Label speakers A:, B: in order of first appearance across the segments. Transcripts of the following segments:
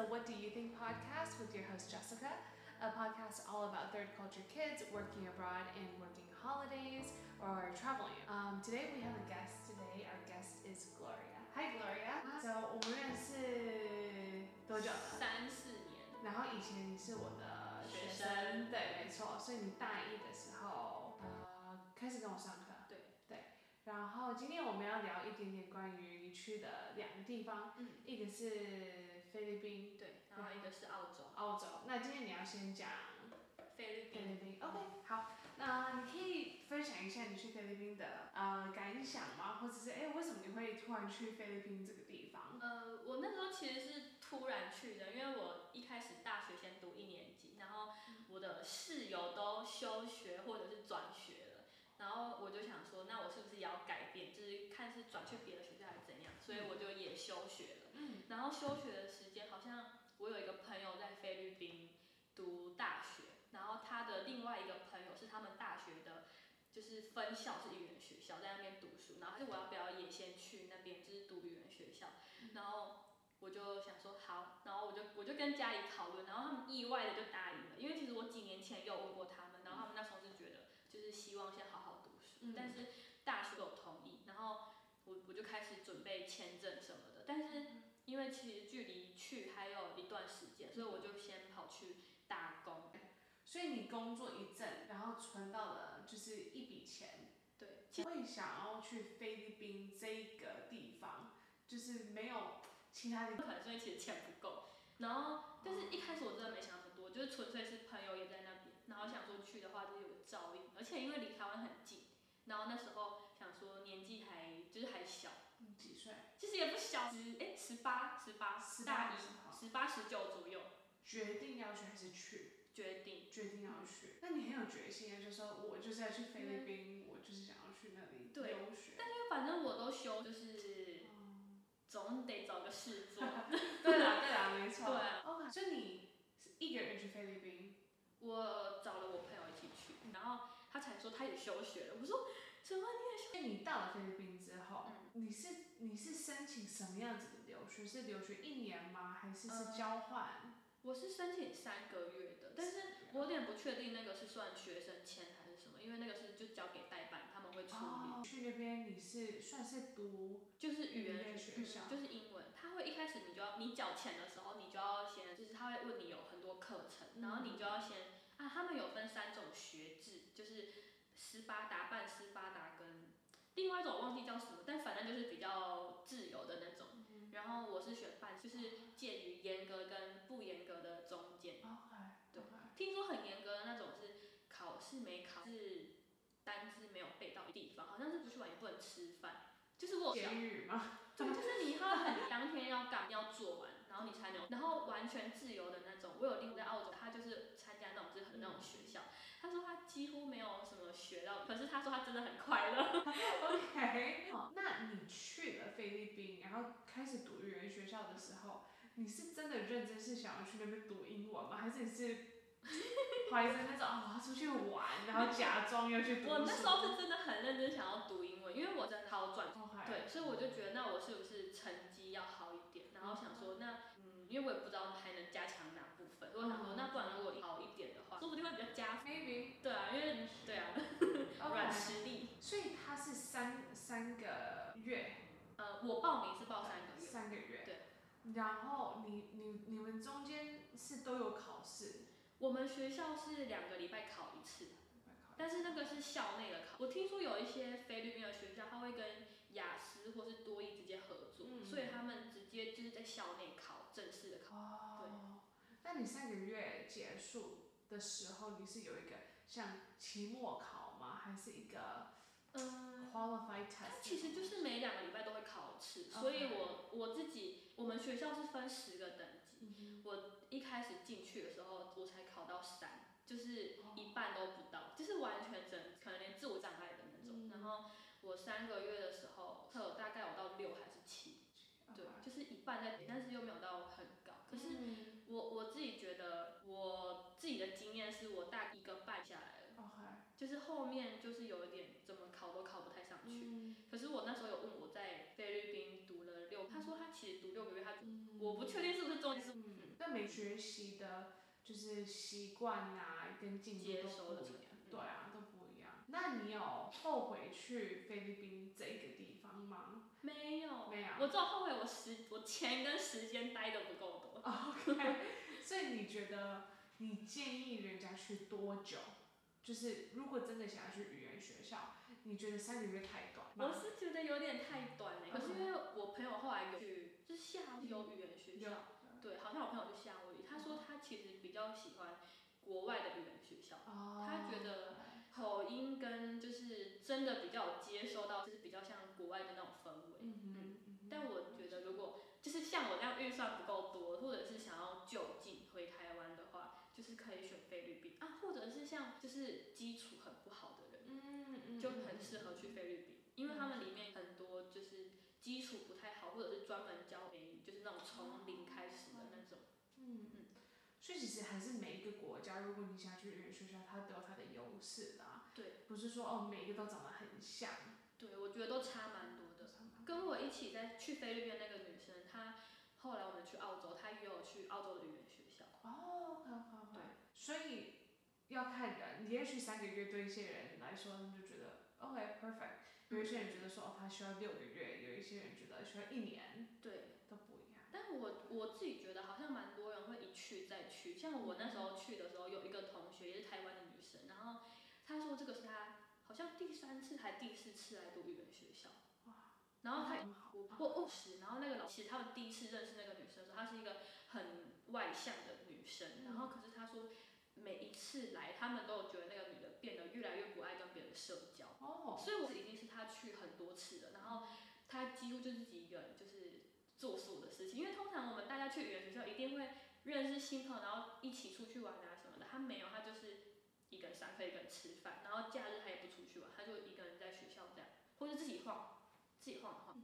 A: Escaping podcast with your host Jessica, a podcast all about third culture kids working abroad and working holidays or traveling. Um, today we have a guest. Today our guest is Gloria. Hi Gloria. So 我们认识多久了？
B: 三四年，
A: 然后以前你是我的学生，
B: 学生
A: 对，没错。所以你大一的时候，呃，开始跟我上课。
B: 对
A: 对。然后今天我们要聊一点点关于你去的两个地方，
B: 嗯，
A: 一个是菲律宾，
B: 对，然后一个是澳洲、
A: 澳洲。那今天你要先讲
B: 菲律
A: 菲
B: 宾，
A: 律宾，OK？好，那你可以分享一下你去菲律宾的呃感想吗？或者是哎，为什么你会突然去菲律宾这个地方？
B: 呃，我那时候其实是突然去的，因为我一开始大学先读一年级，然后我的室友都休学或者是转学了，然后我就想说，那我是不是也要改变，就是看是转去别的学校还是怎样，所以我就也休学了。
A: 嗯
B: 然后休学的时间好像我有一个朋友在菲律宾读大学，然后他的另外一个朋友是他们大学的，就是分校是语言学校，在那边读书，然后他就我要不要也先去那边就是读语言学校，然后。我就想说好，然后我就我就跟家里讨论，然后他们意外的就答应了，因为其实我几年前有问过他们，然后他们那时候是觉得就是希望先好好读书，
A: 嗯
B: 但是大学有同意，然后我我就开始准备签证什么的，但是因为其实距离去还有一段时间，所以我就先跑去打工。
A: 所以你工作一阵，然后存到了就是一笔钱，
B: 对，其
A: 会想要去菲律宾这个地方，就是没有其他的。
B: 实可能是因为其实钱不够，然后但是一开始我真的没想那么多，就是纯粹是朋友也在那边，然后想说去的话就是有个照应，而且因为离台湾很近，然后那时候想说年纪还就是还小，
A: 你几岁？
B: 其实也不小，十哎十八十八
A: 18
B: 大
A: 的时候
B: 一十八十九左右
A: 决定要去还是去？
B: 决定。
A: 决定要去，那你很有决心啊，就说我就是要去菲律宾，我就是想要去那里
B: 对
A: 留学。哦
B: 但因为反正我都休，就是 总得找个事 做。
A: 对啦，对啦，没错。
B: 对啊
A: OK，所以你是一个人去菲律宾，
B: 我找了我朋友一起去，然后他才说他也休学了。我说怎么？
A: 所以你到了菲律宾之后，
B: 嗯
A: 你是你是申请什么样子的留学？是留学一年吗？还是是
B: 嗯
A: 交换？
B: 我是申请三个月的，但是我有点不确定那个是算学生签还是什么，因为那个是就交给代办，他们会处理，
A: 哦，去那边你是算是读
B: 就是语
A: 语言
B: 言
A: 学校
B: 嗯就是英文。他会一开始你就要你缴钱的时候，你就要先，就是他会问你有很多课程，然后你就要先啊，他们有分三种学制，就是斯巴达、半斯巴达跟另外一种我忘记叫什么，但反正就是比较自由的那
A: 嗯
B: 种。然后我是选半，就是介于严格跟不严格的中间。
A: OK，
B: 对
A: OK
B: 听说很严格的那种是考试没考，是单字没有背到的地方，好像是出去玩也不能吃饭。就是我小
A: 监狱吗？
B: 对，就是你要很当天要干，要做完，然后你才能，然后完全自由的那种。我有另外在澳洲，他就是参加那种就是很那种学校，他说他几乎没有什么学到，可是他说他真的很快乐。
A: OK，好那你去了菲律宾，然后开始读语言学校的时候，你是真的认真是想要去那边读英文吗？还是你是怀着那种啊、我要出去玩，然后假装要去读书？
B: 我那时候是真的很认真想要读英文，因为我真的好转。
A: OK，
B: 对，所以我就觉得，那我是不是成绩要好一点？然后想说，那嗯，因为我也不知道还能加强哪部分，所以我想说，那不然如果好一点的话，说不定会比较加分。
A: maybe
B: 对啊，因为对啊，软
A: OK，
B: 实力。
A: 所以它是三三个月，
B: 呃，我报名是报三个月，
A: 三个月，
B: 对。
A: 然后你你你们中间是都有考试，
B: 我们学校是两个礼拜考一次，但是那个是校内的考。我听说有一些菲律宾的学校，他会跟雅思或是多益直接合作，
A: 嗯
B: 所以他们直接就是在校内考正式的考。
A: 哦，那你上个月结束的时候，你是有一个像期末考吗？还是一个
B: 嗯，
A: qualified
B: 它
A: test？
B: 其实就是每两个礼拜都会考一次，所以我我自己我们学校是分十个等级，
A: 嗯
B: 我一开始进去的时候我才考到三，就是
A: 哦
B: 一半都不到，就是完全整可能连自我障碍的那种。
A: 嗯
B: 然后我三个月的时候课大概有到六还是七，
A: 哼
B: 对
A: OK，
B: 就是一半在，但是又没有到很高。可是
A: 嗯
B: 我我自己觉得我自己的经验是我大一个半下来了，
A: OK，
B: 就是后面就是有一点怎么考都考不太上去。
A: 嗯
B: 可是我那时候有问我在菲律宾读了六，他说他其实读六个月，他
A: 嗯
B: 我不确定是不是中间是
A: 嗯，那每学习的就是习惯呐、跟进
B: 接
A: 度
B: 收
A: 都
B: 的
A: 不
B: 程
A: 一样，
B: 度嗯
A: 对啊，都不一样。那你有后悔去菲律宾这个地方吗？
B: 没有，
A: 没有
B: 我只有后悔我时我钱跟时间待的不够多。
A: ，OK。所以你觉得你建议人家去多久？就是如果真的想要去语言学校，你觉得三个月太短
B: 我
A: 吗？
B: 是觉得有点太短
A: 嗯
B: 了、可是因为我朋友后来有去，就是夏威夷有语言学
A: 有
B: 校，对，好像我朋友去夏威夷，他说他其实比较喜欢国外的语言学校，
A: 哦，
B: 他觉得口音跟就是真的比较有接收到，就是比较像国外的那种氛围。
A: 嗯哼，嗯哼
B: 但我觉得如果就是像我这样预算不够多，或者是想要就近回台湾的话，就是可以选菲律宾啊，或者是像就是基础很不好的人，
A: 嗯嗯，
B: 就
A: 嗯
B: 很适合去菲律宾，因为他们里面很多就是基础不太好，或者是专门教美语，就是那种从零开始的那种。
A: 嗯嗯，所以其实还是每一个国家，如果你想去语言学校，它都有它的优势的啊、
B: 对
A: 不是说哦每一个都长得很像，
B: 对，我觉得都差蛮多的。跟我一起在去菲律宾的那个女生，她后来我们去澳洲，她也有去澳洲的语言学校。
A: 哦，好好好
B: 对，
A: 所以要看人，也许三个月对一些人来说，他们就觉得 OK perfect，有一些人觉得说哦他需要六个月，有一些人觉得需要一年，
B: 对，
A: 都不一样。
B: 但我我自己觉得好像蛮多人会一去再去，像我那时候去的时候，有一个同学也是台湾的女生，然后她说这个是她好像第三次还第四次来读语言学校，
A: 哇
B: 然后她
A: 很好啊
B: 我我我是，然后那个老师他们第一次认识那个女生的时候，她是一个很外向的女生，然后可是她说每一次来，他们都有觉得那个女的变得越来越不爱跟别人社交，
A: 哦，
B: 所以我已经是他去很多次了，然后他几乎就自己一个人就是做所有的事情，因为通常我们大家去语言学校一定会认识新朋友，然后一起出去玩啊什么的，他没有，他就是一个人上课，一个人吃饭，然后假日他也不出去玩，他就一个人在学校这样，或者自己晃，自己晃晃，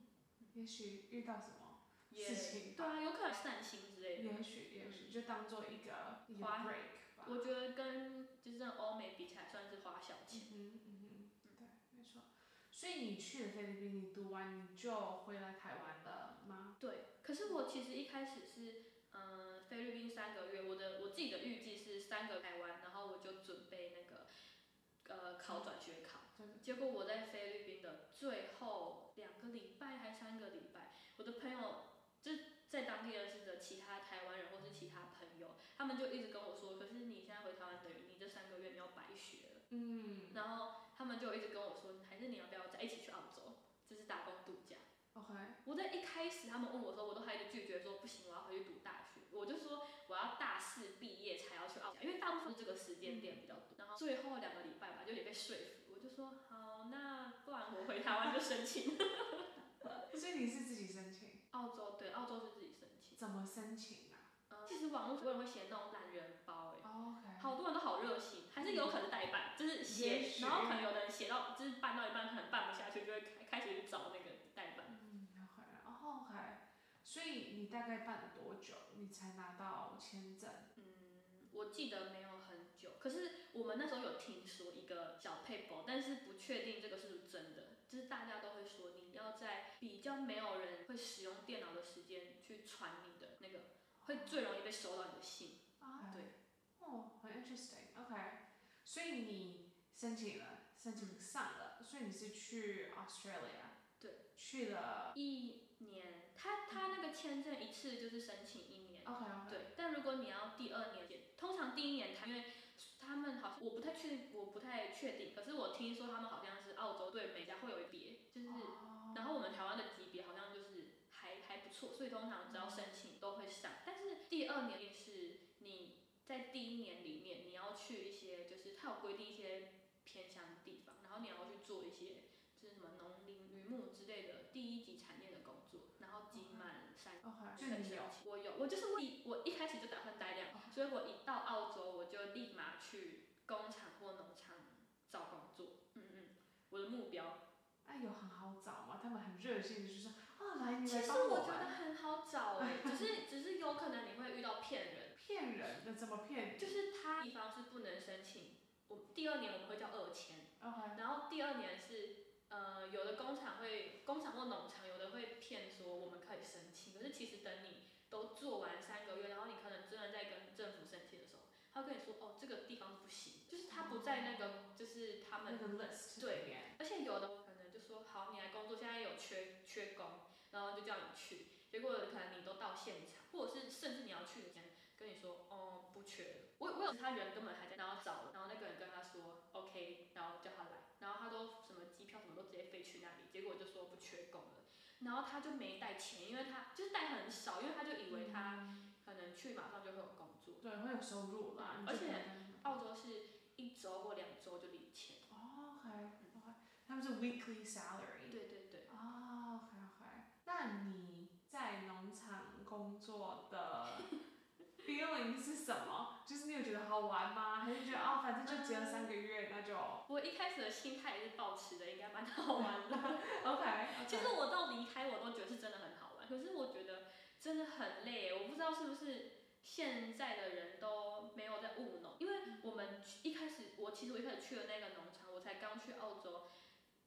A: 也许遇到什么
B: 也
A: 嗯事情
B: 对
A: 吧，
B: 啊，有可能散心之类的。
A: 也许也许就当做一个一个
B: 花
A: break 吧。
B: 我觉得跟就是那种欧美比起来，算是花小钱。
A: 嗯嗯嗯，对，没错。所以你去了菲律宾，你读完你就回来台湾了吗？
B: 对，可是我其实一开始是，嗯、菲律宾三个月，我的我自己的预计是三个台湾，然后我就准备那个，呃，考转学考。
A: 对
B: 结果我在菲律宾的最后两个礼拜还三个礼拜，我的朋友就在当地认识的其他台湾人或是其他朋友，他们就一直跟我说，可是你现在回台湾等于你这三个月你要白学了。
A: 嗯
B: 然后他们就一直跟我说，还是你要不要再一起去澳洲，就是打工度假。
A: ，OK，
B: 我在一开始他们问我的时候，我都还一直拒绝说不行，我要回去读大学。我就说我要大四毕业才要去澳洲，因为大部分是这个时间点比较
A: 嗯
B: 多。然后最后两个礼拜吧，就有点被说服，我就说好，那不然我回台湾就申请。
A: 所以你是自己申请，
B: 澳洲对，澳洲是自己申请。
A: 怎么申请啊
B: 嗯，其实网络很多人会写那种懒人包、欸，
A: ？OK，
B: 好多人都好热心，还是有可能是代办，就是写
A: 嗯也，许
B: 然后可能有的人写到就是办到一半，可能办不下去，就会开开始去找那个代办。
A: 嗯，要回来哦，OK。所以你大概办了多久，你才拿到签证？
B: 嗯，我记得没有很久，可是我们那时候有听说一个小 paper，但是不确定这个是不是真的。就是大家都会说，你要在比较没有人会使用电脑的时间去传你的那个，会最容易被收到你的信。
A: 啊，
B: 对，
A: 哦，很 interesting，OK、所以你申请了，申请上了，所以你是去 Australia，
B: 对，
A: 去了
B: 一年，他他那个签证一次就是申请一年。
A: ，OK OK，
B: 对，但如果你要第二年也，通常第一年他因为他们好像我不太确定，我不太确定，可是我听说他们好像是澳洲对美加会有一别，就是
A: 哦
B: 然后我们台湾的级别好像就是还还不错，所以通常只
A: 嗯
B: 要申请都会上。但是第二年是你在第一年里面，你要去一些就是它有规定一些偏乡的地方，然后你要去做一些就是什么农林渔牧之类的第一级产业的工作，然后集满三。
A: OK，
B: 申
A: 就哦
B: 请
A: 你有。哦
B: 我有，我就是我一我一开始就打算待两，所以我一到澳洲我就立马去工厂或农场找工作。嗯嗯，我的目标。
A: 哎，有很好找吗？他们很热心的就说啊，来你
B: 其
A: 来
B: 实
A: 帮
B: 我觉得
A: 玩。
B: 很好找哎、只是只是有可能你会遇到骗人，
A: 骗人的怎么骗？
B: 就是他地方是不能申请，我第二年我们会叫二签，
A: OK，
B: 然后第二年是呃有的工厂会工厂或农场有的会骗说我们可以申请，可是其实等你都做完三个月，然后你可能真的哦在那个就是他
A: 那
B: 们，
A: 个 list
B: 对
A: 里面。
B: 而且有的可能就说好，你来工作，现在有缺缺工，然后就叫你去，结果可能你都到现场，或者是甚至你要去的前跟你说，哦，不缺了。我我有他人根本还在，然后找，然后那个人跟他说 OK，然后叫他来，然后他都什么机票什么都直接飞去那里，结果就说不缺工了，然后他就没带钱，因为他就是带很少，因为他就以为他可能去马上就会有工作。
A: 对会有收入啦，你就
B: 而且
A: 可能
B: 澳洲是一周或两周就领钱。
A: 哦 OK OK，他们是 weekly salary。
B: 对对对，
A: 哦，OK OK，那你在农场工作 的 feeling 是什么？就是你有觉得好玩吗？还是觉得哦，反正就只有
B: 嗯
A: 三个月，那就
B: 我一开始的心态也是保持的，应该蛮好玩的。
A: OK？
B: 其实我到离开我都觉得是真的很好玩，可是我觉得真的很累，我不知道是不是。现在的人都没有在务农，因为我们去一开始，我其实我一开始去的那个农场，我才刚去澳洲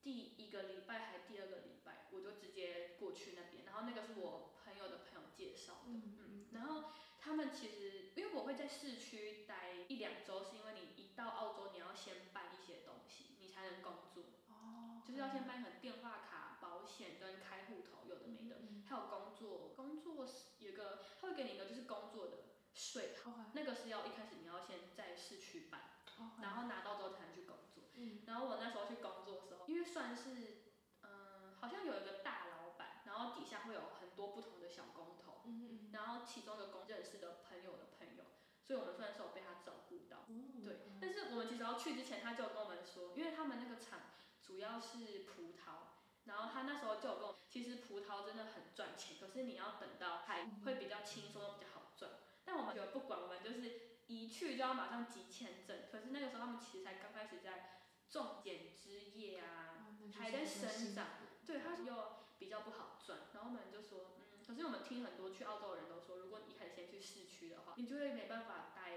B: 第一个礼拜还第二个礼拜，我就直接过去那边，然后那个是我朋友的朋友介绍的，
A: 嗯
B: 嗯，然后他们其实，因为我会在市区待一两周，是因为你一到澳洲，你要先办一些东西，你才能工作，
A: 哦，
B: 嗯就是要先办很电话卡、保险跟开户头，有的没的，
A: 嗯
B: 还有工作，工作是有一个他会给你一个就是工作的税，
A: OK
B: 那个是要一开始你要先在市区办，
A: OK，
B: 然后拿到之后才能去工作。
A: 嗯
B: 然后我那时候去工作的时候，因为算是嗯，好像有一个大老板，然后底下会有很多不同的小工头。
A: 嗯嗯
B: 然后其中一个公认识的朋友的朋友，所以我们算是有被他照顾到。
A: 嗯，
B: 对，但是我们其实要去之前，他就有跟我们说，因为他们那个厂主要是葡萄，然后他那时候就有跟我，其实葡萄真的很赚钱，可是你要等到还会比较轻松，比较好赚。但我们觉得不管，我们就是一去就要马上集签证，可是那个时候他们其实才刚开始在种剪枝叶啊，
A: 哦那就是
B: 还在
A: 比较
B: 生
A: 辛
B: 长
A: 苦
B: 对，它又比较不好赚。然后我们就说，嗯，可是我们听很多去澳洲的人都说，如果你一开始先去市区的话，你就会没办法待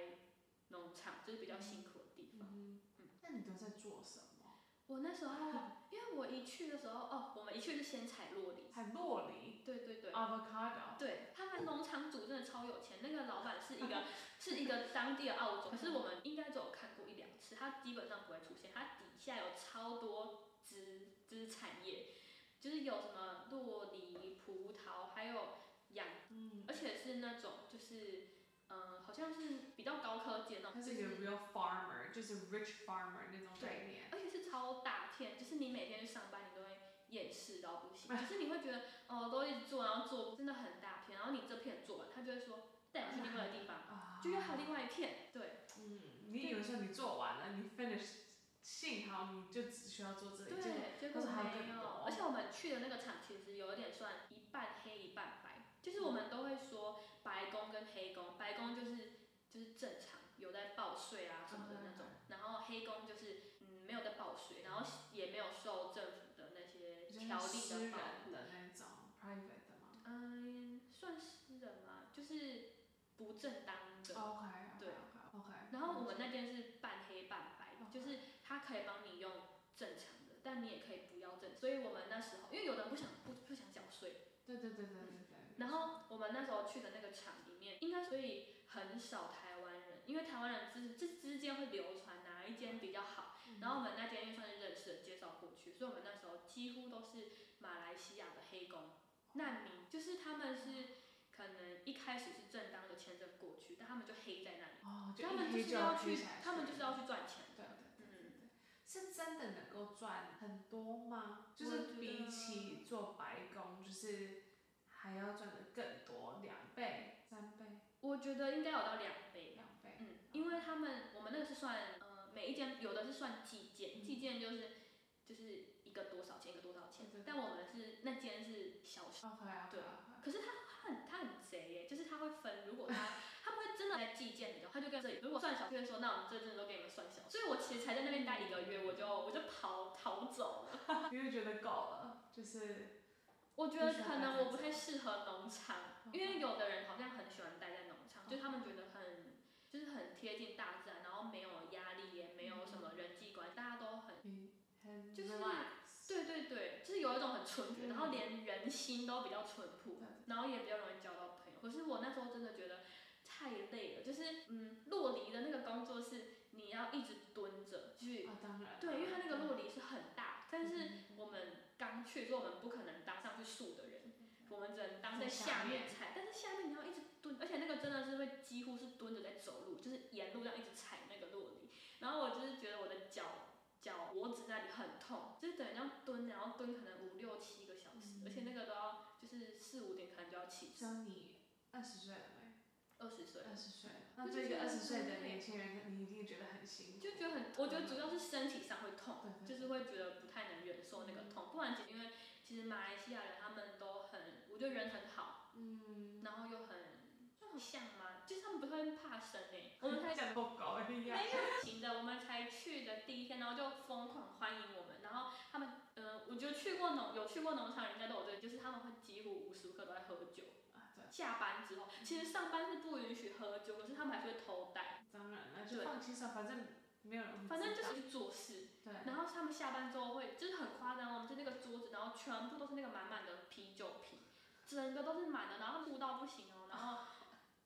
B: 农场，就是比较辛苦的地方。
A: 嗯哼，那你都在做什么？
B: 我那时候，因为我一去的时候，哦，我们一去就先采洛梨，
A: 还洛梨
B: 对对对。
A: avocado，
B: 对，他们农场主真的超有钱，那个老板是一 个是一个当地的澳
A: 嗯
B: 洲，可是我们应该只有看过一两次，他基本上不会出现，他底下有超多支支产业，就是有什么洛梨、葡萄，还有养，
A: 嗯，
B: 而且是那种就是嗯、呃好像是比较高科技的那
A: 他
B: 种，
A: 是
B: 就
A: 一个
B: 是
A: real farmer，就是 rich farmer 那种概
B: 对
A: 念。
B: 而且是超大片，就是你每天去上班，你都会厌世到不 行，就是你会觉得哦，都一直做，然后做真的很大片，然后你这片做完，他就会说带你去另外的地方，
A: 啊，
B: 就又还有另外一片，对
A: 嗯，hmm, 你有时候你做完了，你 finish，幸好你就只需要做这里，就
B: 对，结果
A: 但是还有
B: 没
A: 更
B: 有
A: 多，
B: 而且我们去的那个厂其实有点算一半黑一半白，就是我们都会说白宫跟黑宫，白宫就是就是正常有在报税啊什么的那种，
A: 嗯
B: 然后黑宫就是嗯没有在报税，然后也没有受政府的那些
A: 就是
B: 条例
A: 私
B: 的
A: 人
B: 保护。
A: 的那种 private 的嘛。
B: 嗯，算私人嘛，就是不正当的。
A: OK，
B: 对
A: OK OK。
B: 然后我们那边是半黑半白，
A: OK
B: 就是它可以帮你用正常的，但你也可以不要正。所以我们那时候，因为有的人不想不不想缴税，
A: 对对对对对对。
B: 然后我们那时候去的那个厂里面，应该所以很少台湾人，因为台湾人之之之间会流传哪一间比较好。
A: 嗯，
B: 然后我们那间因为算是认识的介绍过去，所以我们那时候几乎都是马来西亚的黑工。难民，就是他们是可能一开始是正当的签证过去，但他们就黑在那里，
A: 哦，就
B: 他
A: 一
B: 们
A: 黑
B: 就是要
A: 黑
B: 去
A: 起来，
B: 他们就是要去赚钱
A: 对对
B: 的。
A: 对对对。是真的能够赚很多吗？就
B: 我
A: 是
B: 觉
A: 比
B: 得
A: 起做白工，就是还要赚的更多，两倍、三倍、
B: 我觉得应该有到两倍，
A: 两倍。
B: 嗯，因为他们我们那个是算呃每一间有的是算计件，
A: 嗯
B: 计件就是就是一个多少钱一个多少钱
A: 对对对，
B: 但我们是那间是小时，
A: OK OK
B: 对可是他他很他很贼耶，就是他会分，如果他他们会真的在计件里头，他就跟这里如果算小，就会说那我们这阵都给你们算小，所以我其实才在那边待一个月，我就我就跑逃走了。
A: OK，因为觉得够了，就是
B: 我觉得可能我不太适合农场，因为有的人好像很喜欢待在农场，就他们觉得很就是很贴近大自然，然后没有压力，也没有什么人际关系，大家都很
A: 你很
B: 就是
A: relax，
B: 对对对，就是有一种很淳朴，
A: 嗯
B: 然后连人心都比较淳朴
A: 对，
B: 然后也比较容易交到朋友。可是我那时候真的觉得太累了，就是嗯，洛梨的那个工作是你要一直蹲着，所以我们不可能当上去树的人，我们只能当在
A: 在下
B: 下面
A: 面
B: 踩。但是下面你要一直蹲，而且那个真的是会几乎是蹲着在走路，就是沿路这样一直踩那个落地。然后我就是觉得我的脚脚脖子那里很痛，就是等于要蹲，然后蹲可能五六七个小时，
A: 嗯啊
B: 而且那个都要就是四五点可能就要起
A: 所以你二十岁了没？
B: 二十岁了
A: 二十岁了，那
B: 就
A: 对一个
B: 觉得
A: 二
B: 很
A: 十岁的
B: 累
A: 年轻人，你一定觉得很辛苦。
B: 就觉得很，我觉得主要是身体上会痛，
A: 对对
B: 就是会觉得不太能忍受那个痛。不然其实因为其实马来西亚人他们都很，我觉得人很好，
A: 嗯，
B: 然后又很就很像嘛，就是他们不会怕生 诶、我们才
A: 像狗狗一样。
B: 嗯没有行的，我们才去的第一天，然后就疯狂欢迎我们，然后他们，呃，我觉得去过农有去过农场，人家都有这个，就是他们会几乎无时无刻都在喝酒。
A: 啊，对，
B: 下班之后，其实上班是不允许喝酒，可是他们还是会偷带，
A: 当然了，就
B: 对
A: 放轻松，反正没有人会
B: 反正就
A: 知道
B: 是去做事。
A: 对，
B: 然后他们下班之后会，就是很夸张，我们就那个桌子，然后全部都是那个满满的啤酒瓶，整个都是满的，然后吐到不行哦，然后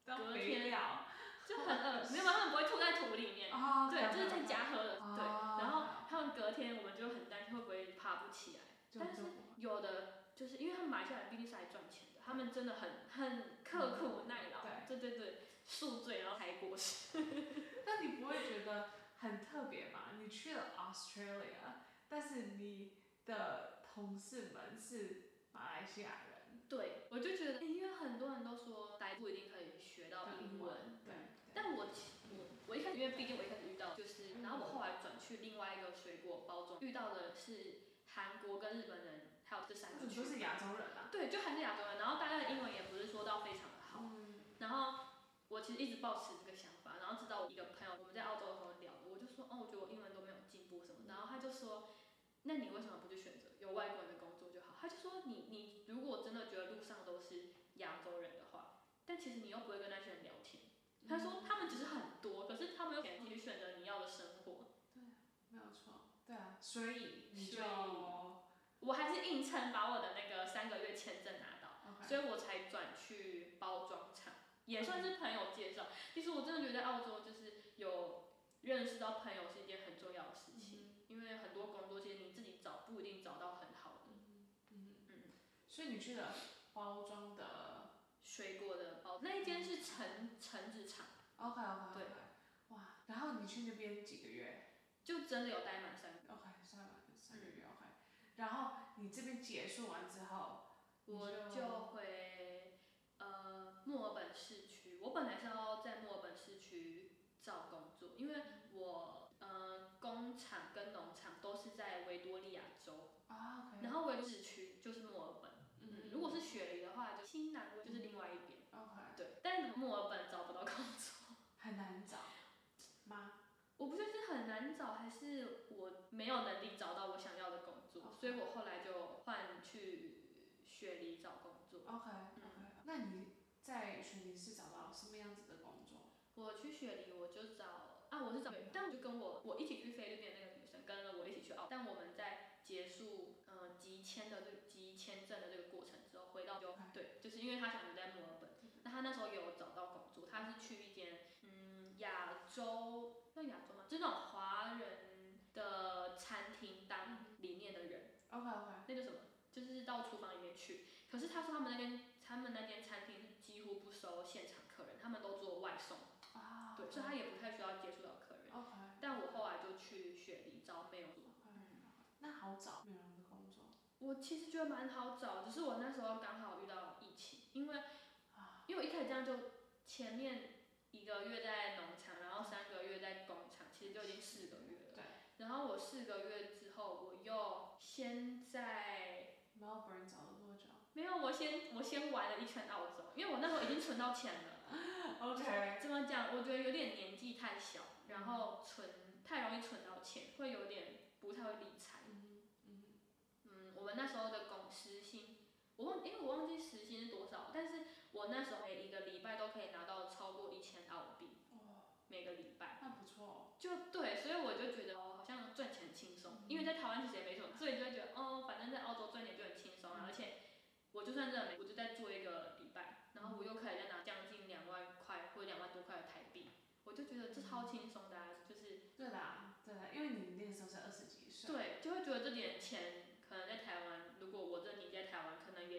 A: 当
B: 隔
A: 肥
B: 天
A: 料
B: 就很 饿，没有，他们不会吐在土里面，
A: 啊，
B: 哦对，就是哦在
A: 在
B: 家喝的，对。然后
A: 后
B: 他们隔天我们就很担心会不会爬不起来，但 是有的就是因为他们买下来毕竟是来赚钱的，他们真的很很刻苦耐劳，对对对，宿醉然后才果实，
A: 那你不会觉得很特别吗？你去了 Australia，但是你的同事们是马来西亚人，
B: 对我就觉得，因为很多人都说呆不一定可以学到英文，
A: 对，对
B: 嗯但我其我我一开始，因为毕竟我一开始遇到
A: 嗯
B: 就是，然后我后来转去另外一个水果包装，遇到的是韩国跟日本人，还有这三个
A: 你
B: 区
A: 嗯都。是亚洲人啊。
B: 对，就还是亚洲人，然后大家的英文也不是说到非常的好。
A: 嗯，
B: 然后我其实一直保持这个想法，然后直到我一个朋友我们在澳洲的时候聊，我就说，哦，我觉得我英文都没有进步什么，然后他就说，那你为什么不去选择有外国人的工作就好？他就说你你如果真的觉得路上都是亚洲人的话，但其实你又不会跟那些人聊天。他说他们只是很多，可是他们有权利去选择你要的生活。
A: 没有错，对啊，所以你就
B: 所以我还是硬撑把我的那个三个月签证拿到，
A: OK，
B: 所以我才转去包装厂，也算是朋友介绍。其实我真的觉得在澳洲就是有认识到朋友是一件很重要的事情，因为很多工作其实你自己找不一定找到很好的。
A: 嗯
B: 嗯
A: 所以你去了包装的
B: 水果的包，那一间是橙橙子厂，
A: OK OK，
B: 对
A: 哇，然后你去那边几个月？
B: 就真的有待满三个月。
A: OK，三个三个月 OK。然后你这边结束完之
B: 哦
A: 后，
B: 我
A: 你就
B: 就回呃墨尔本市区。我本来是要在墨尔本市区找工作，因为我呃工厂跟农场都是在维多利亚州，
A: 啊 OK，
B: 然后维市区就是墨尔本。嗯，如果是雪梨的话，就新南威就是另外一边。
A: OK
B: 对，但墨尔本找不到工作，
A: 哦很难找吗？
B: 我不确定是很难找，还是我没有能力找到我想要的工作，所以我后来就换去雪梨找工作。
A: OK OK，那你在雪梨是找到什么样子的工作？
B: 我去雪梨，我就找啊，我是找，但我就跟我我一起去菲律宾的那个女生跟了我一起去澳，但我们在结束呃集签的这个集签证的这个过程之后，回到就对，就是因为她想留在墨尔本，那她那时候有找到工作，她是去一间嗯亚洲，算亚洲吗？就那种华人的餐厅当里面的人，
A: OK OK，
B: 那个什么，就是到厨房里面去。可是他说他们那间他们那间餐厅是几乎不收现场客人，他们都做外送。
A: 啊，哦
B: 对，哦所以他也不太需要接触到客人。
A: OK，
B: 但我后来就去雪梨找美容组，
A: 嗯那好找美容的工作
B: 我其实觉得蛮好找，只是我那时候刚好遇到疫情，因为
A: 啊，
B: 因为我一开始这样就前面一个月在农场，然后三个月在工厂，其实就已经四个月了。
A: 对。
B: 然后我四个月之后，我又先在
A: Melbourne 找了 多久
B: 没有，我先我先玩了一圈澳洲，因为我那时候已经存到钱了。
A: ？OK，
B: 这么讲，我觉得有点年纪太小，然后存太容易存到钱，会有点不太会理财。
A: 嗯嗯，
B: 嗯，我们那时候的工时薪，我忘，因为我忘记时薪是多少，但是我那时候每一个礼拜都可以拿到超过一千澳币，
A: 哦，
B: 每个礼拜，
A: 那不错哦
B: 就对，所以我就觉得哦，好像赚钱轻松，因为在台湾其实也没什么，所以就会觉得哦，反正在澳洲赚钱就很轻松啊，而且我就算真的没，我就再做一个礼拜，然后我又可以再拿将近两万块或者两万多块的台币，我就觉得这超轻松的、啊，就
A: 哦，
B: 是
A: 对啦对啦，因为你那个时候是二十几岁，啊
B: 对，就会觉得这点钱可能在台湾，如果我
A: 嗯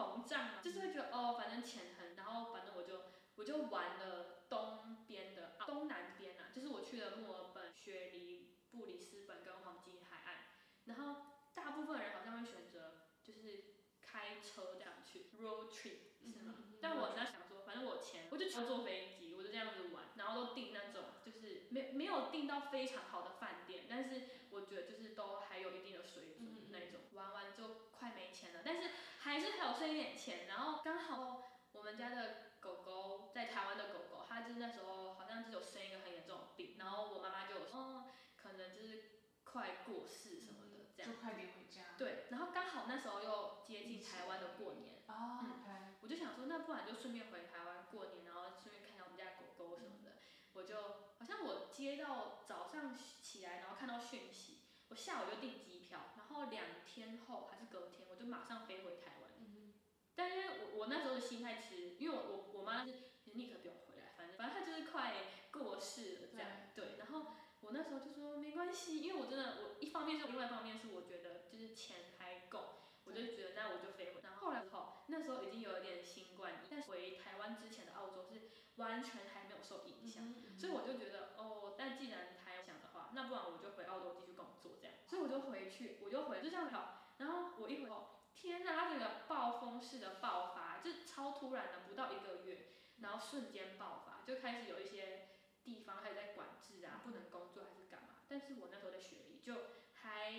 B: 膨胀嘛，就是会觉得哦，反正钱很，然后反正我就我就玩了东边的啊东南边啊，就是我去了墨尔本、雪梨、布里斯本跟黄金海岸，然后大部分人好像会选择就是开车这样去 road trip
A: 嗯
B: 是吗？但我那想说，反正我钱，我就全坐飞机，我就这样子玩，然后都订那种就是没没有订到非常好的饭店，但是我觉得就是都还有一定的水准
A: 嗯嗯嗯
B: 那种，玩完就快没钱了，但是还是还有剩一点钱，然后刚好我们家的狗狗在台湾的狗狗，它就是那时候好像就是有生一个很严重的病，然后我妈妈就有说，哦，可能就是快过世什么的这样
A: 就，快点回家。
B: 对，然后刚好那时候又接近台湾的过年。
A: 哦
B: 嗯
A: ，OK，
B: 我就想说，那不然就顺便回台湾过年，然后顺便看一下我们家狗狗什么的。我就好像我接到早上起来，然后看到讯息，我下午就订机票，然后两天后还是隔天，我就马上飞回台湾。
A: 嗯
B: 但因为我我那时候的心态其实，因为我我我妈是，其实你可不用回来，反正反正她就是快过世了这样，对。然后我那时候就说没关系，因为我真的我一方面是，另外一方面是我觉得就是钱还够，我就觉得那我就飞回。然后后来之后，那时候已经有一点新冠，但是回台湾之前的澳洲是完全还没有受影响。
A: 嗯
B: 所以我就觉得哦，但既然台湾想的话，那不然我就回澳洲继续工作这样。所以我就回去，我就回就这样跑。然后我一回头，天呐，它整个暴风式的爆发，就超突然的，不到一个月，然后瞬间爆发，就开始有一些地方还在管制啊，不能工作还是干嘛。但是我那时候在学里就还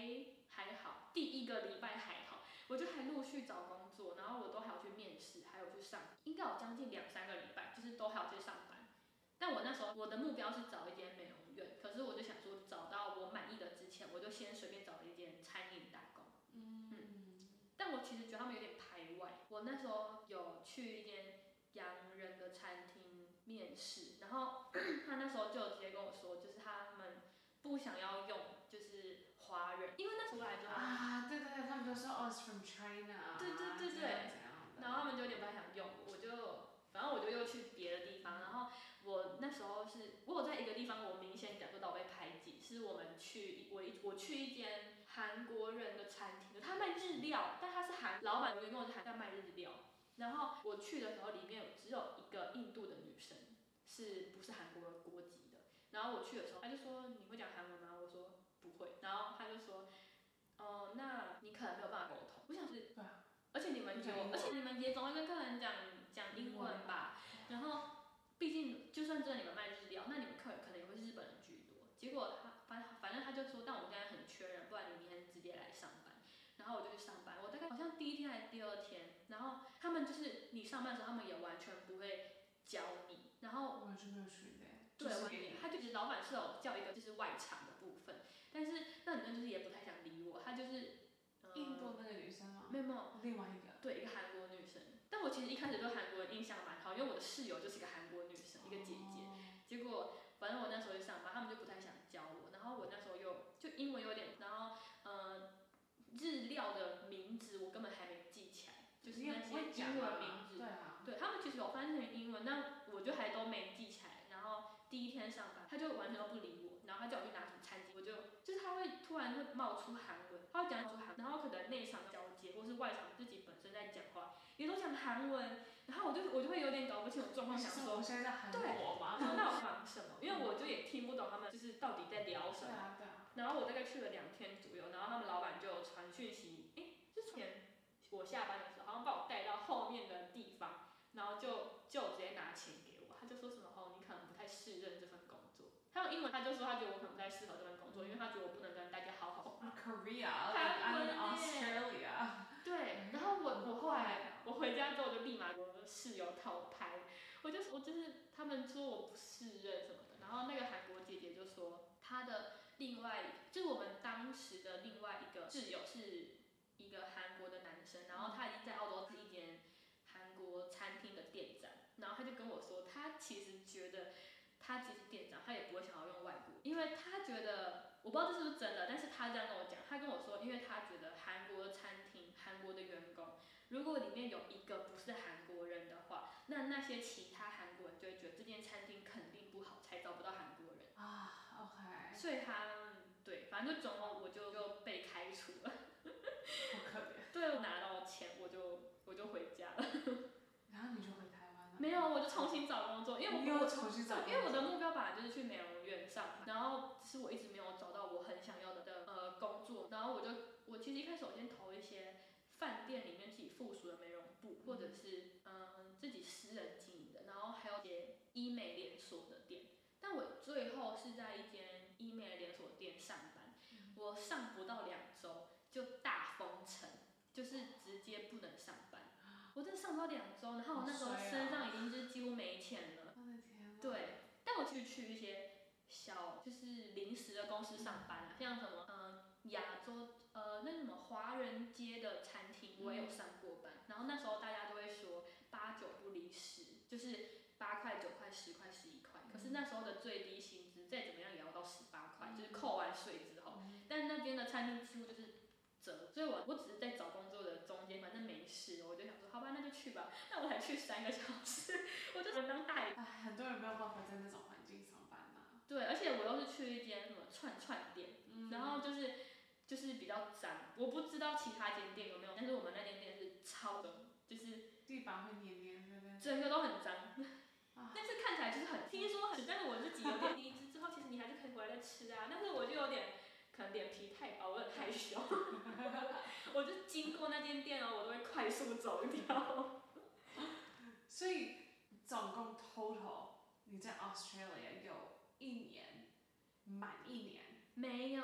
B: 还好，第一个礼拜还好，我就还陆续找工作，然后我都还有去面试，还有去上，应该有将近两三个礼拜，就是都还有去上班。但我那时候我的目标是找一间美容院，可是我就想说找到我满意的之前，我就先随便找了一间餐饮打工。
A: 嗯
B: 但我其实觉得他们有点排外。我那时候有去一间洋人的餐厅面试，然后 他那时候就有直接跟我说，就是他们不想要用就是华人，因为那时候我来之后，
A: 啊，对对对，他们都说哦，it's from China，啊
B: 对对对
A: 这
B: 对
A: 样这样的
B: 然后他们就有点不太想用我，我就反正我就又去别的地方。然后我那时候是，我有在一个地方，我明显感受到被排挤，是我们去我一我去一间韩国人的餐厅，他卖日料，但他是韩老板，员工是韩在卖日料。然后我去的时候，里面只有一个印度的女生，是不是韩国国籍的？然后我去的时候，他就说你会讲韩文吗？我说不会。然后他就说，哦、那你可能没有办法沟通。我想是
A: 对啊，
B: 而且你们
A: 讲英
B: 有，
A: 文啊
B: 而且你们也总会跟客人讲讲英文吧。然后，毕竟就算真的你们卖日料，那你们客人可能也会是日本人居多。结果他反反正他就说，但我们现在很缺人，不然你明天直接来上班。然后我就去上班，我大概好像第一天还是第二天，然后他们就是你上班的时候，他们也完全不会教你，然后
A: 我就没有去的，
B: 对，
A: 就是
B: 完
A: 给你
B: 全，他就只是老板是有叫一个就是外场的部分，但是那女生就是也不太想理我，她就是、呃、
A: 印度那个女生吗？
B: 没有没有，
A: 另外一个，
B: 对，一个韩国女生。但我其实一开始对韩国人印象蛮好，因为我的室友就是一个韩国女生，一个姐姐。
A: 哦
B: 结果反正我那时候就上班，他们就不太想教我，然后我那时候又就英文有点，然后嗯、呃日料的名字我根本还没记起来，就是
A: 你也
B: 那
A: 不
B: 些
A: 会讲
B: 英文
A: 啊
B: 名字
A: 对。啊，
B: 对他们其实有翻成英文，但我就还都没记起来。然后第一天上班，他就完全都不理我，然后他叫我去拿什么餐巾，我就就是他会突然会冒出韩文，他会讲出韩，然后可能内场交接或是外场自己本身在讲话，也都讲韩文，然后我就我就会有点搞不清楚状况，想
A: 是
B: 说
A: 我现在在韩
B: 对
A: 国吗？
B: 说 那我忙什么，因为我就也听不懂他们就是到底在聊
A: 对
B: 什么。
A: 啊对啊，
B: 然后我大概去了两天左右，然后他们老板就传讯息，诶，之前我下班的时候，好像把我带到后面的地方，然后就就直接拿钱给我，他就说什么哦，你可能不太适任这份工作。他用英文他就说他觉得我可能不太适合这份工作，因为他觉得我不能跟大家好好
A: I'm Korea, like
B: 韩
A: I'm
B: 文
A: in
B: 耶
A: Australia. 啊
B: 对，然后我我后来我回家之后就立马跟我的室友讨拍，我就我就是他们说我不适任什么的，然后那个韩国姐姐就说她的另外就是我们当时的另外一个室友是一个韩国的男生，然后他已经在澳洲是一间韩国餐厅的店长，然后他就跟我说他其实觉得他其实店长，他也不会想要用外国，因为他觉得我不知道这是不是真的，但是他这样跟我讲，他跟我说，因为他觉得韩国的餐厅、韩国的员工，如果里面有一个不是韩国人的话，那那些其他韩国人就会觉得这间餐厅肯定不好，才找不到韩国人。
A: 啊，OK，
B: 所以他对，反哎正就总共我就就被开除了。
A: 好可怜。
B: 对，我拿到钱我就我就回家。没有，我就重新找工作，因为
A: 你
B: 我
A: 又
B: 我
A: 重新找工
B: 对，
A: 作，
B: 因为我的目标本来就是去美容院上班，然后其实我一直没有找到我很想要的的呃工作，然后我就我其实一开始我先投一些饭店里面自己附属的美容部，或者是嗯、自己私人经营的，然后还有一些医美连锁的店，但我最后是在一间医美连锁店上班，
A: 嗯
B: 我上不到两周就大封城，就是直接不能上班，我真的上不到两周，然后我那时候
A: 啊好衰啊
B: 身上已经是几乎没钱了。
A: 我的天啊哪，
B: 对，但我去去一些小就是临时的公司上班啊，像什么嗯亚洲呃那什么华人街的餐厅，我也有上过班。然后那时候大家都会说八九不离十，就是八块、九块、十块、十一块。可是那时候的最低薪资再怎么样也要到十八块，就是扣完税之后。
A: 嗯，
B: 但那边的餐厅几乎就是折，所以我我只是在找工作的中间，反正没事，我就想说，好吧，那就去吧。那我才去三个小时， 我就当大爷。
A: 哎，很多人没有办法在那种环境上班啊呐，
B: 对，而且我又是去一间什么串串店，
A: 嗯
B: 然后就是就是比较脏，我不知道其他间店有没有，但是我们那间店是超的，就是
A: 地板会黏黏的那种，
B: 整个都很脏，
A: 啊
B: 但是看起来就是很听说很，但是我自己有点离职之后，其实你还是可以回来再吃啊，但是我就有点可能脸皮太薄，我有点害羞， 我就经过那间店哦，我都会快速走掉。
A: 所以总共 total 你在 Australia 有一年，满一年，
B: 没有，
A: 没有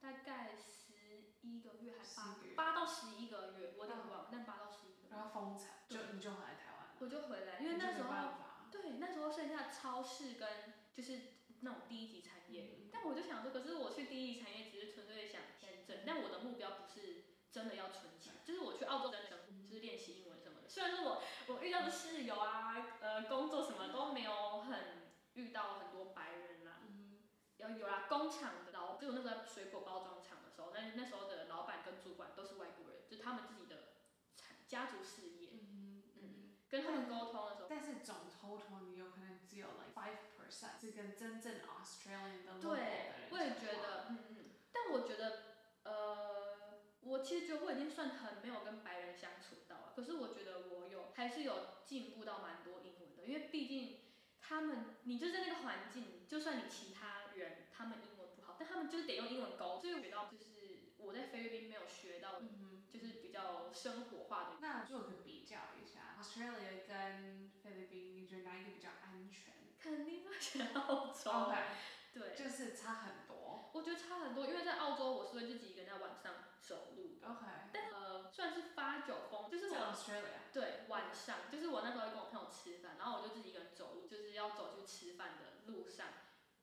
B: 大概十一个月还八
A: 10个月
B: 八到十一个月，我有点忘了，但八到十一个月。
A: 然后封城，
B: 对
A: 就你就回来台湾了，
B: 我就回来，因为那时
A: 你就没
B: 候
A: 办法，
B: 对那时候剩下超市跟就是那种第一级产业，
A: 嗯
B: 但我就想说，可是我去第一级产业只是纯粹想签证，但我的目标不是真的要存钱，就是我去澳洲真的
A: 嗯
B: 就是练习英文什么的。虽然说我我遇到的室友啊，呃，工作什么都没有很遇到很多白人啦、
A: 嗯，
B: 有有啦，工厂的老，就我那时候在水果包装厂的时候，那那时候的老板跟主管都是外国人，就他们自己的产家族事业，
A: 嗯嗯
B: 跟他们沟通的时候。
A: 但是总 total 你有可能只有 like five percent 是跟真正 Australian 的 local 的
B: 对
A: 人，
B: 我也
A: 讲
B: 觉
A: 话，
B: 得，嗯嗯，但我觉得，呃，我其实觉得我已经算很没有跟白人相处到了，可是我觉得我有还是有进步到蛮多英文的，因为毕竟他们，你就在那个环境，就算你其他人他们英文不好，但他们就是得用英文沟，所以我学到就是我在菲律宾没有学到，
A: 嗯
B: 就是比较生活化的
A: 哼，那做个比较一下，Australia 跟菲律宾，你觉得哪一个比较安全
B: 肯定会学澳洲。
A: ？OK，
B: 对，
A: 就是差很多
B: 我觉得差很多，因为在澳洲我是会自己一个人在晚上走路的。
A: ，OK，
B: 但呃，算是发酒疯，就是
A: 在
B: 我
A: Australia，
B: 对晚上，就是我那时候跟我朋友吃饭，然后我就自己一个人走路，就是要走去吃饭的路上，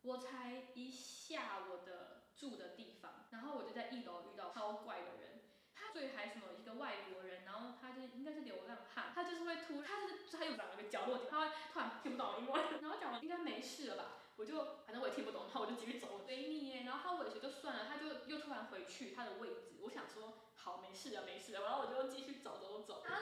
B: 我才一下我的住的地方，然后我就在一楼遇到超怪的人。他最还什么一个外国人，然后他就应该是流浪汉，他就是会突，他就是他有找一个角落，他会突然听不懂英文， 然后讲完应该没事了吧，我就反正我也听不懂，然后我就继续走，我追你耶，然后他尾随就算了，他就又突然回去他的位置，我想说好没事了没事了，然后我就继续走走走，然后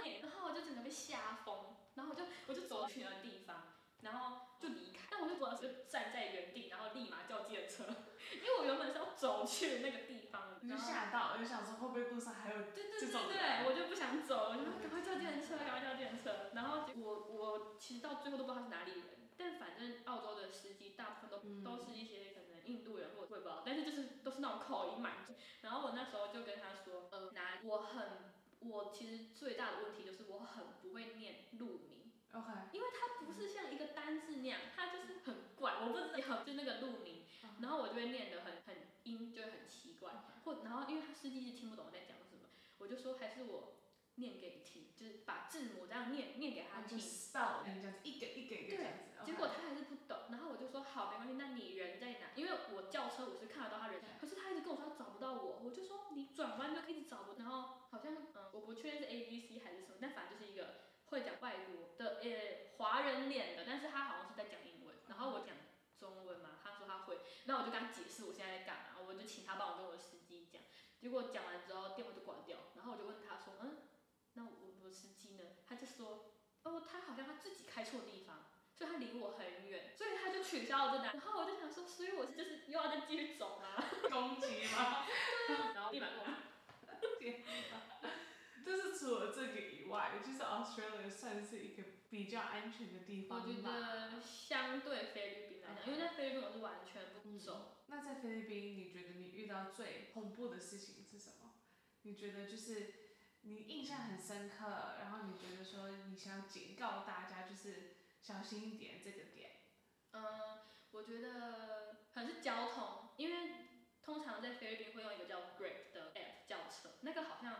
B: 我就整个被吓疯，然后我就我就走到去的地方，然后就离开，但我就主要是站在原地，然后立马叫计程车， 因为我原本是要走去那个地方，
A: 你就
B: 然后
A: 吓到，我就想说会不会路上还有，
B: 对对
A: 这
B: 对
A: 种的
B: 对，我就不想走，我就说赶快叫电车，赶快叫电车。然后我我其实到最后都不知道他是哪里人，但反正澳洲的司机大部分都、
A: 嗯
B: 都是一些可能印度人或者我也不知道，但是就是都是那种口音满族。然后我那时候就跟他说，呃，哪我很我其实最大的问题就是我很不会念路名。
A: ，OK，
B: 因为它不是像一个单字那样，它就是很怪，我不知道，就那个路名，
A: 嗯
B: 然后我就会念得很很音，就会很奇怪，或然后因为他司机是听不懂我在讲什么，我就说还是我念给你听，就是把字母这样念念给他
A: 然后
B: 听
A: 啊就，spell，这哦样子一个一个一个这样子，OK，
B: 结果他还是不懂，然后我就说好，没关系，那你人在哪？因为我叫车我是看得到他人
A: 对，
B: 可是他一直跟我说他找不到我，我就说你转弯就一直找不，然后好像嗯，我不确定是 A B C 还是什么，但反正就是一个会讲外国的呃华人脸的，但是他好像是在讲英文，然后我讲中文嘛，他说他会，那我就跟他解释我现在在干啊嘛，我就请他帮我跟我的司机讲，结果讲完之后电话就挂掉，然后我就问他说嗯，那我的司机呢？他就说哦，他好像他自己开错地方。所以他离我很远，所以他就取消了这单。然后我就想说，所以我就是又要再继续走吗？
A: 攻击吗？
B: 然后立马跟我
A: 就是除了这个以外，外，就是 Australia 算是一个比较安全的地
B: 我
A: 方
B: 觉
A: 吧。
B: 得相对菲律宾来嗯讲，因为在菲律宾我是完全不
A: 嗯
B: 走，
A: 那在菲律宾，你觉得你遇到最恐怖的事情是什么？你觉得就是你印象很深刻，然后你觉得说你想要警告大家，就是小心一点这个点。
B: 嗯，我觉得可能是交通，因为通常在菲律宾会用一个叫 Grab 的 app 叫车，那个好像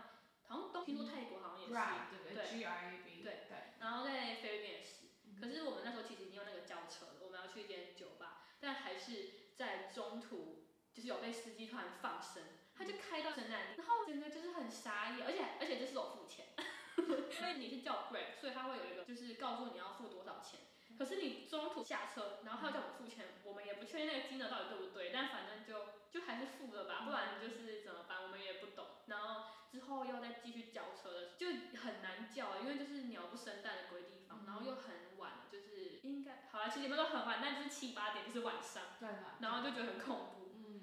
B: 好像都听说泰国好像哦也是，
A: Grab 对不对
B: 对
A: ？G R A B
B: 对
A: 对。
B: 然后在菲律宾也是，可
A: 嗯
B: 是我们那时候其实已经用那个轿车了，我们要去一间酒吧，但还是在中途就是有被司机突然放生，他就开到深圳，然后整个就是很傻眼，而且而且这是我付钱， 因为你是叫 Grab，所以他会有一个就是告诉你要付多少钱。可是你中途下车，然后他又叫我们付钱，我们也不确定那个金额到底对不对，但反正就就还是付了吧，不然就是怎么办，我们也不懂。然后之后要再继续叫车的时候，就很难叫啊，因为就是鸟不生蛋的鬼地方，
A: 嗯
B: 然后又很晚了，就是应该好了，其实也没有到很晚，但就是七八点就是晚上，
A: 对了。
B: 然后就觉得很恐怖。
A: 嗯，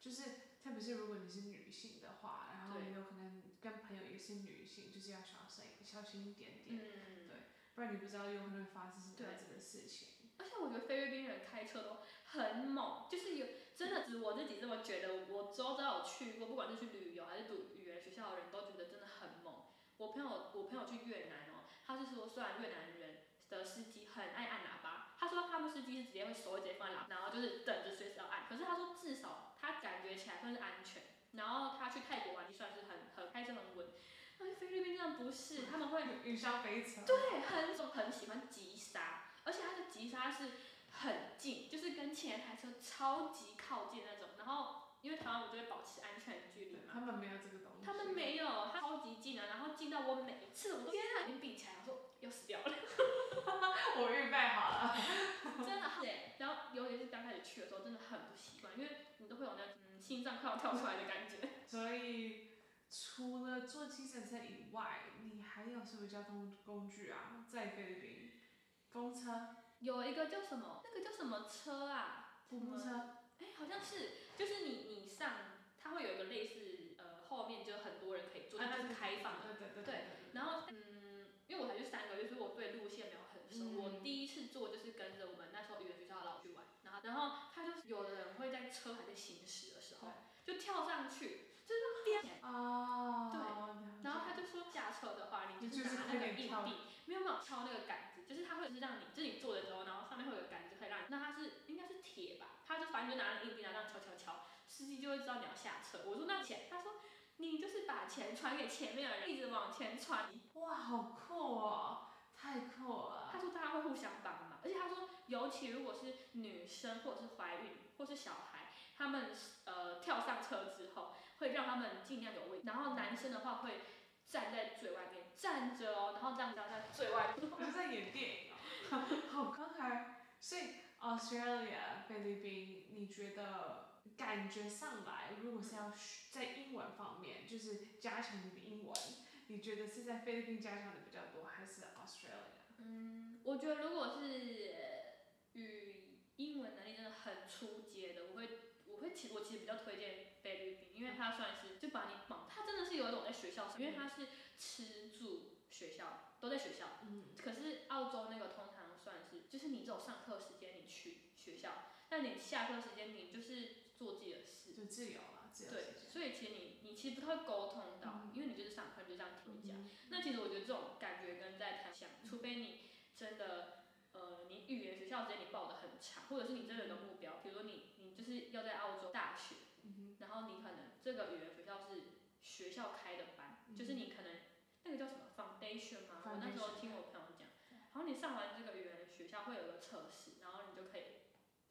A: 就是特别是如果你是女性的话，然后
B: 对
A: 也有可能跟朋友也是女性，就是要小心小心一点点，
B: 嗯，
A: 对不然你不知道有可能会发生什么
B: 对
A: 样子的事情。
B: 而且我觉得菲律宾人开车都很猛，就是有真的只我自己这么觉得，我周遭有去过，不管是去旅游还是读语言学校的人都觉得真的很猛。我朋友我朋友去越南哦，他是说虽然越南人的司机很爱按喇叭，他说他们司机是直接会手会直接放在喇叭，然后就是等着随时要按，可是他说至少他感觉起来算是安全。然后他去泰国玩，算是很很开车很稳。但是菲律宾真的不是，他们会
A: 云霄飞车。
B: 对，很我很喜欢急刹，而且它的急刹是很近，就是跟前一台车超级靠近那种。然后因为台湾我就会保持安全距离
A: 对
B: 嘛，
A: 他们没有这个东西。
B: 他们。没有，它超级近啊，然后近到我每一次我都天啊，已经比起来，我说要死掉了，
A: 我预备好了。
B: 真的对。然后尤其是刚开始去的时候，真的很不习惯，因为你都会有那种嗯心脏快要跳出来的感觉。
A: 所以除了坐计程车以外，你还有什么交通工具啊？在菲律宾，公车、
B: 有一个叫什么，那个叫什么车啊？
A: 普通
B: 什么
A: 车，
B: 哎，好像是，就是你你上，它会有一个类似呃后面就很多人可以坐，它就是开
A: 啊
B: 放的。
A: 对对对
B: 对然后嗯，因为我才去三个月，所以我对路线没有很熟。
A: 嗯
B: 我第一次做就是跟着我们那时候语言学校的老师去玩，然后然后他就是有的人会在车还在行驶的时候就跳上去，就是颠。
A: 哦。
B: 对
A: 了解。
B: 然后他就说下车的话，你
A: 就是
B: 是
A: 快
B: 拿那个
A: 点
B: 硬
A: 跳
B: 币，没有没有敲那个杆子，就是他会就是让你就是你坐的时候，然后上面会有个杆子可以让你，那它是应该是铁吧，他就反正就拿那个硬币，然后这样敲敲敲，司机就会知道你要下车。我说那钱，他说你就是把钱传给前面的人，一直往前传，
A: 哇，好酷哦！太酷了。
B: 他说大家会互相帮忙，而且他说，尤其如果是女生或者是怀孕或是小孩，他们呃跳上车之后，会让他们尽量有位置，然后男生的话会站在最外面站着哦，然后这样站在最外面。
A: 我是在演电影哦， 好刚才。所以 Australia 菲律宾，你觉得感觉上来，如果是要学在英文方面，就是加强你的英文，你觉得是在菲律宾加强的比较多，还是 Australia？
B: 嗯，我觉得如果是语英文能力真的很初阶的，我会我会其我其实比较推荐菲律宾，因为它算是就把你绑，它真的是有一种在学校上，因为它是吃住学校都在学校。
A: 嗯，
B: 可是澳洲那个通常算是，就是你只有上课时间你去学校，但你下课时间你就是做自己的事。
A: 就自由了，自由时
B: 对，
A: 间。
B: 所以其实你你其实不太会沟通到，
A: 嗯
B: 因为你就是上课你就这样听讲。
A: 嗯
B: 那其实我觉得这种感觉跟在台湾像，除非你真的呃，你语言学校时间你报的很长，或者是你真的有个目标，比如说你你就是要在澳洲大学，
A: 嗯
B: 然后你可能这个语言学校是学校开的班，
A: 嗯
B: 就是你可能那个叫什么 foundation 吗？我那时候
A: Foundation
B: 听我朋友讲，然后你上完这个语言学校会有个测试，然后你就可以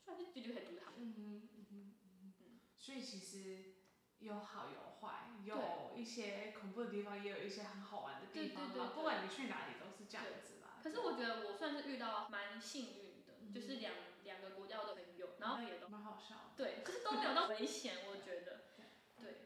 B: 算是就就可以读它
A: 哼，。嗯哼，嗯哼，嗯哼。所以其实有好有坏，有
B: 对
A: 一些恐怖的地方，也有一些很好玩的地
B: 对对
A: 方
B: 对
A: 嘛。
B: 对
A: 不管你去哪里都是这样子啦。
B: 可是我觉得我算是遇到蛮幸运的，
A: 嗯
B: 就是两两个国家我都很有，然后也都
A: 蛮好笑的，
B: 对，就是都没有到危险，我觉得
A: 对。
B: 对，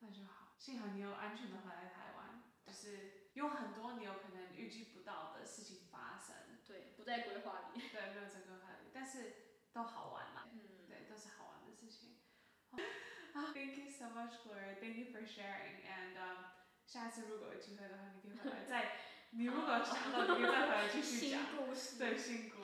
A: 那就好。幸好你有安全的回来台湾，就是有很多你有可能预计不到的事情发生，
B: 对，不在规划里。
A: 对，没有成功看，但是都好玩啦，
B: 嗯，
A: 对，都是好玩的事情。 啊、Thank you so much, Gloria. Thank you for sharing. And um, 下次如果有机会的话，你可以回来再
B: 你如果想到，你可以再回来继续
A: 新
B: 讲。
A: 故事，
B: 对，新故